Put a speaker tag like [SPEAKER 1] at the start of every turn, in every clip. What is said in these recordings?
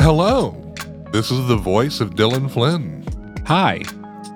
[SPEAKER 1] hello. This is the voice of Dylan Flynn,
[SPEAKER 2] Hi,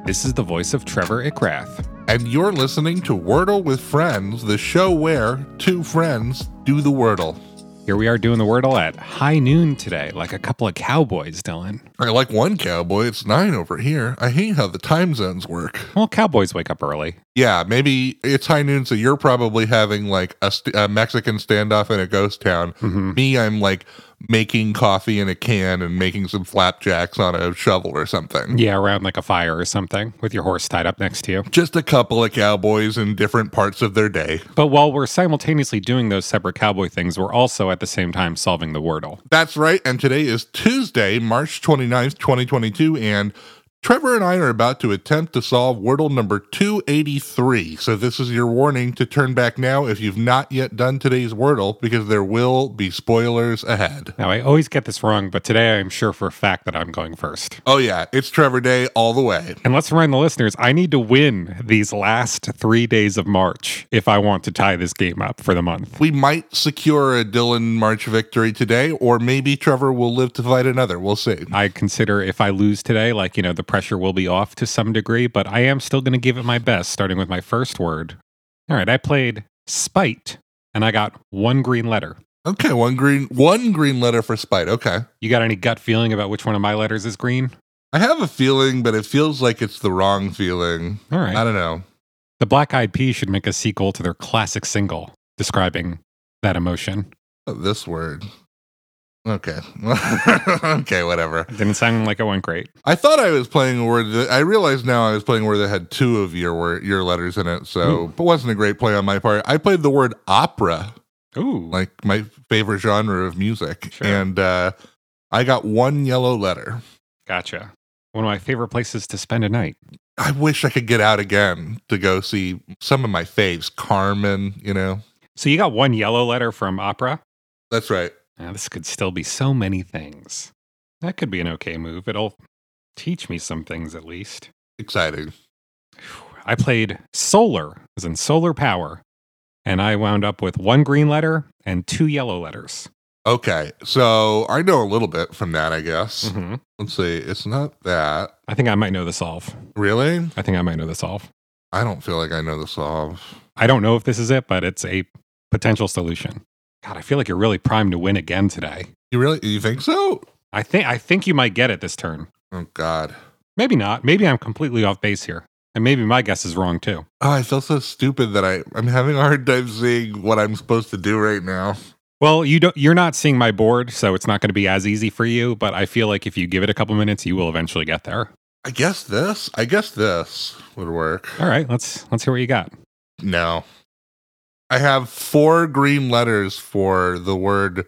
[SPEAKER 2] this is the voice of Trevor Ickrath.
[SPEAKER 1] and you're listening to Wordle with Friends, the show where two friends do the Wordle.
[SPEAKER 2] Here we are doing the Wordle at high noon today, like a couple of cowboys, Dylan.
[SPEAKER 1] I like one cowboy, it's nine over here. I hate how the time zones work.
[SPEAKER 2] Well, cowboys wake up early.
[SPEAKER 1] Yeah, maybe it's high noon, so you're probably having like a, st- a Mexican standoff in a ghost town. Me, I'm like making coffee in a can and making some flapjacks on a shovel or something.
[SPEAKER 2] Yeah, around like a fire or something with your horse tied up next to you.
[SPEAKER 1] Just a couple of cowboys in different parts of their day.
[SPEAKER 2] But while we're simultaneously doing those separate cowboy things, we're also at the same time solving the Wordle.
[SPEAKER 1] That's right. And today is Tuesday, March 29th, 2022. And Trevor and I are about to attempt to solve Wordle number 283. So, this is your warning to turn back now if you've not yet done today's Wordle, because there will be spoilers ahead.
[SPEAKER 2] Now, I always get this wrong, but today I'm sure for a fact that I'm going first.
[SPEAKER 1] Oh, yeah. It's Trevor Day all the way.
[SPEAKER 2] And let's remind the listeners I need to win these last three days of March if I want to tie this game up for the month.
[SPEAKER 1] We might secure a Dylan March victory today, or maybe Trevor will live to fight another. We'll see.
[SPEAKER 2] I consider if I lose today, like, you know, the pressure will be off to some degree, but I am still going to give it my best, starting with my first word. All right, I played spite and I got one green letter.
[SPEAKER 1] Okay, one green one green letter for spite. Okay.
[SPEAKER 2] You got any gut feeling about which one of my letters is green?
[SPEAKER 1] I have a feeling, but it feels like it's the wrong feeling.
[SPEAKER 2] All right.
[SPEAKER 1] I don't know.
[SPEAKER 2] The Black Eyed Peas should make a sequel to their classic single describing that emotion.
[SPEAKER 1] Oh, this word. Okay. okay, whatever.
[SPEAKER 2] It didn't sound like it went great.
[SPEAKER 1] I thought I was playing a word that I realized now I was playing a word that had two of your word, your letters in it,
[SPEAKER 2] Hmm.
[SPEAKER 1] so but wasn't a great play on my part. I played the word opera,
[SPEAKER 2] Ooh.
[SPEAKER 1] like my favorite genre of music,
[SPEAKER 2] Sure.
[SPEAKER 1] and uh, I got one yellow letter.
[SPEAKER 2] Gotcha. One of my favorite places to spend a night.
[SPEAKER 1] I wish I could get out again to go see some of my faves, Carmen. You know,
[SPEAKER 2] So you got one yellow letter from opera.
[SPEAKER 1] that's right.
[SPEAKER 2] Now, this could still be so many things. That could be an okay move. It'll teach me some things at least.
[SPEAKER 1] Exciting.
[SPEAKER 2] I played solar, as in solar power, and I wound up with one green letter and two yellow letters.
[SPEAKER 1] Okay, so I know a little bit from that, I guess.
[SPEAKER 2] Mm-hmm.
[SPEAKER 1] Let's see. It's not that.
[SPEAKER 2] I think I might know the solve.
[SPEAKER 1] Really?
[SPEAKER 2] I think I might know the solve.
[SPEAKER 1] I don't feel like I know the solve.
[SPEAKER 2] I don't know if this is it, but it's a potential solution. God, I feel like you're really primed to win again today.
[SPEAKER 1] You really you think so?
[SPEAKER 2] I think I think you might get it this turn.
[SPEAKER 1] Oh god.
[SPEAKER 2] Maybe not. Maybe I'm completely off base here. And maybe my guess is wrong too.
[SPEAKER 1] Oh, I feel so stupid that I, I'm having a hard time seeing what I'm supposed to do right now.
[SPEAKER 2] Well, you don't you're not seeing my board, so it's not going to be as easy for you, but I feel like if you give it a couple minutes, you will eventually get there.
[SPEAKER 1] I guess this. I guess this would work.
[SPEAKER 2] All right, let's let's hear what you got.
[SPEAKER 1] No. I have four green letters for the word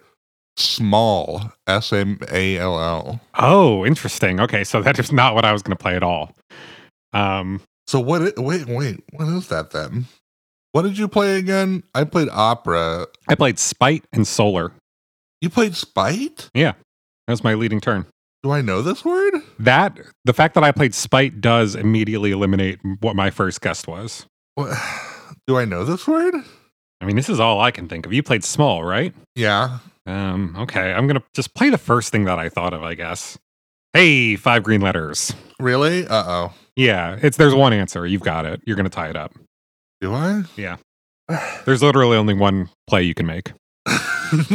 [SPEAKER 1] small. S M A L L.
[SPEAKER 2] Oh, interesting. Okay, so that is not what I was going to play at all. Um,
[SPEAKER 1] So what i- wait, wait, what is that then? What did you play again? I played opera.
[SPEAKER 2] I played Spite and Solar.
[SPEAKER 1] You played spite?
[SPEAKER 2] That was my leading turn.
[SPEAKER 1] Do I know this word?
[SPEAKER 2] That the fact that I played Spite does immediately eliminate what my first guess was.
[SPEAKER 1] What? Do I know this word?
[SPEAKER 2] I mean, this is all I can think of. You played small, right?
[SPEAKER 1] Yeah.
[SPEAKER 2] Um, okay, I'm gonna just play the first thing that I thought of, I guess. Hey, five green letters.
[SPEAKER 1] Really? Uh oh.
[SPEAKER 2] Yeah, it's there's one answer. You've got it. You're gonna tie it up.
[SPEAKER 1] Do I?
[SPEAKER 2] Yeah. There's literally only one play you can make.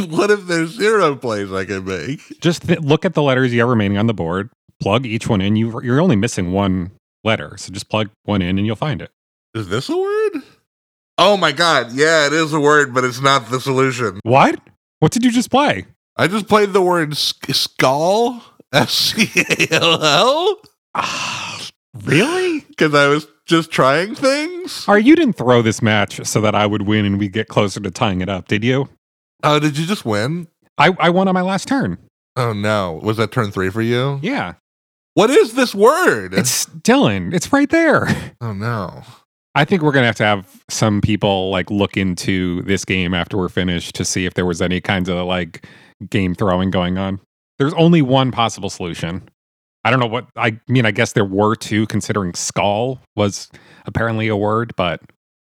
[SPEAKER 1] what if there's zero plays I can make?
[SPEAKER 2] Just th- look at the letters you have remaining on the board. Plug each one in. You you're only missing one letter, so just plug one in and you'll find it.
[SPEAKER 1] Is this a word? Oh my god. Yeah, it is a word, but it's not the solution.
[SPEAKER 2] What? What did you just play?
[SPEAKER 1] I just played the word sc- skull. S C A L L?
[SPEAKER 2] Ah, really?
[SPEAKER 1] Because I was just trying things?
[SPEAKER 2] Are you didn't throw this match so that I would win and we get closer to tying it up? Did you?
[SPEAKER 1] Oh, did you just win?
[SPEAKER 2] I I won on my last turn.
[SPEAKER 1] Oh no. Was that turn three for you?
[SPEAKER 2] Yeah.
[SPEAKER 1] What is this word?
[SPEAKER 2] It's Dylan. It's right there.
[SPEAKER 1] oh no.
[SPEAKER 2] I think we're gonna have to have some people like look into this game after we're finished to see if there was any kinds of like game throwing going on. There's only one possible solution. I don't know what I mean. I guess there were two, considering skull was apparently a word, but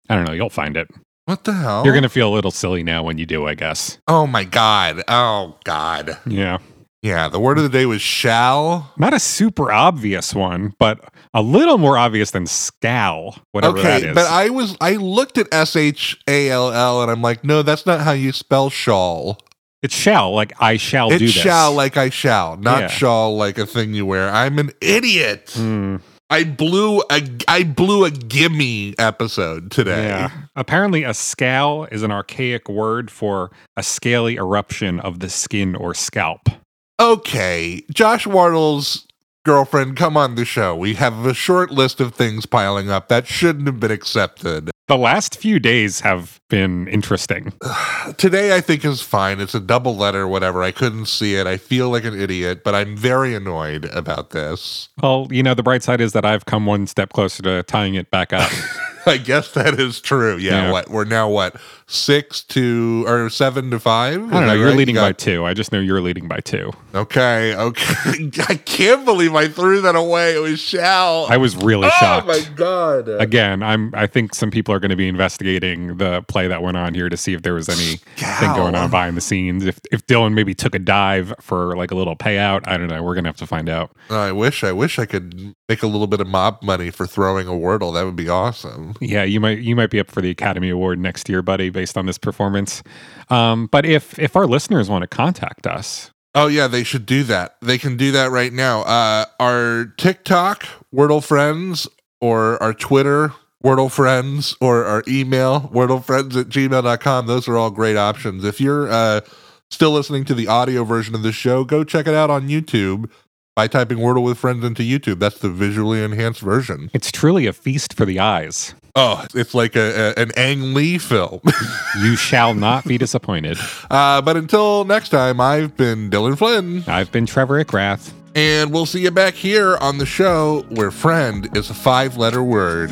[SPEAKER 2] I don't know. You'll find it.
[SPEAKER 1] What the hell?
[SPEAKER 2] You're gonna feel a little silly now when you do. I guess.
[SPEAKER 1] Oh my god. Oh god.
[SPEAKER 2] Yeah.
[SPEAKER 1] Yeah, the word of the day was shall.
[SPEAKER 2] Not a super obvious one, but a little more obvious than scowl, whatever that
[SPEAKER 1] Okay,
[SPEAKER 2] is.
[SPEAKER 1] but I was I looked at S H A L L and I'm like, no, that's not how you spell shall.
[SPEAKER 2] it shall, like I shall
[SPEAKER 1] it
[SPEAKER 2] do this.
[SPEAKER 1] shall like I shall, not
[SPEAKER 2] Yeah.
[SPEAKER 1] shall like a thing you wear. I'm an idiot.
[SPEAKER 2] Hmm,
[SPEAKER 1] I blew a I blew a gimme episode today.
[SPEAKER 2] yeah. Apparently, a scowl is an archaic word for a scaly eruption of the skin or scalp.
[SPEAKER 1] Okay, Josh Wardle's girlfriend, come on the show. We have a short list of things piling up that shouldn't have been accepted.
[SPEAKER 2] The last few days have been interesting.
[SPEAKER 1] Today, I think is fine. It's a double letter, whatever. I couldn't see it. I feel like an idiot, but I'm very annoyed about this.
[SPEAKER 2] Well, you know, the bright side is that I've come one step closer to tying it back up.
[SPEAKER 1] I guess that is true. Yeah,
[SPEAKER 2] Yeah.
[SPEAKER 1] what we're now what six to or seven to five?
[SPEAKER 2] I don't know. You're leading by two. I just know you're leading by two.
[SPEAKER 1] Okay, okay. I can't believe I threw that away. It was shall.
[SPEAKER 2] I was really
[SPEAKER 1] oh
[SPEAKER 2] shocked.
[SPEAKER 1] my god.
[SPEAKER 2] Again, I'm. I think some people are going to be investigating the play that went on here to see if there was anything
[SPEAKER 1] Scowl.
[SPEAKER 2] going on behind the scenes. If if Dylan maybe took a dive for like a little payout, I don't know. We're gonna have to find out.
[SPEAKER 1] I wish, I wish I could make a little bit of mob money for throwing a wordle. That would be awesome.
[SPEAKER 2] Yeah, you might you might be up for the Academy Award next year, buddy, based on this performance. Um, but if if our listeners want to contact us,
[SPEAKER 1] Oh yeah, they should do that. They can do that right now. Uh, our TikTok Wordle friends, or our Twitter Wordle friends, or our email WordleFriends at gmail.com. Those are all great options. If you're uh, still listening to the audio version of this show, go check it out on YouTube by typing Wordle with friends into YouTube. That's the visually enhanced version.
[SPEAKER 2] it's truly a feast for the eyes.
[SPEAKER 1] Oh, it's like a, a an Ang Lee film.
[SPEAKER 2] You shall not be disappointed.
[SPEAKER 1] Uh, but until next time, I've been Dylan Flynn,
[SPEAKER 2] I've been Trevor Ickrath.
[SPEAKER 1] and we'll see you back here on the show where friend is a five letter word.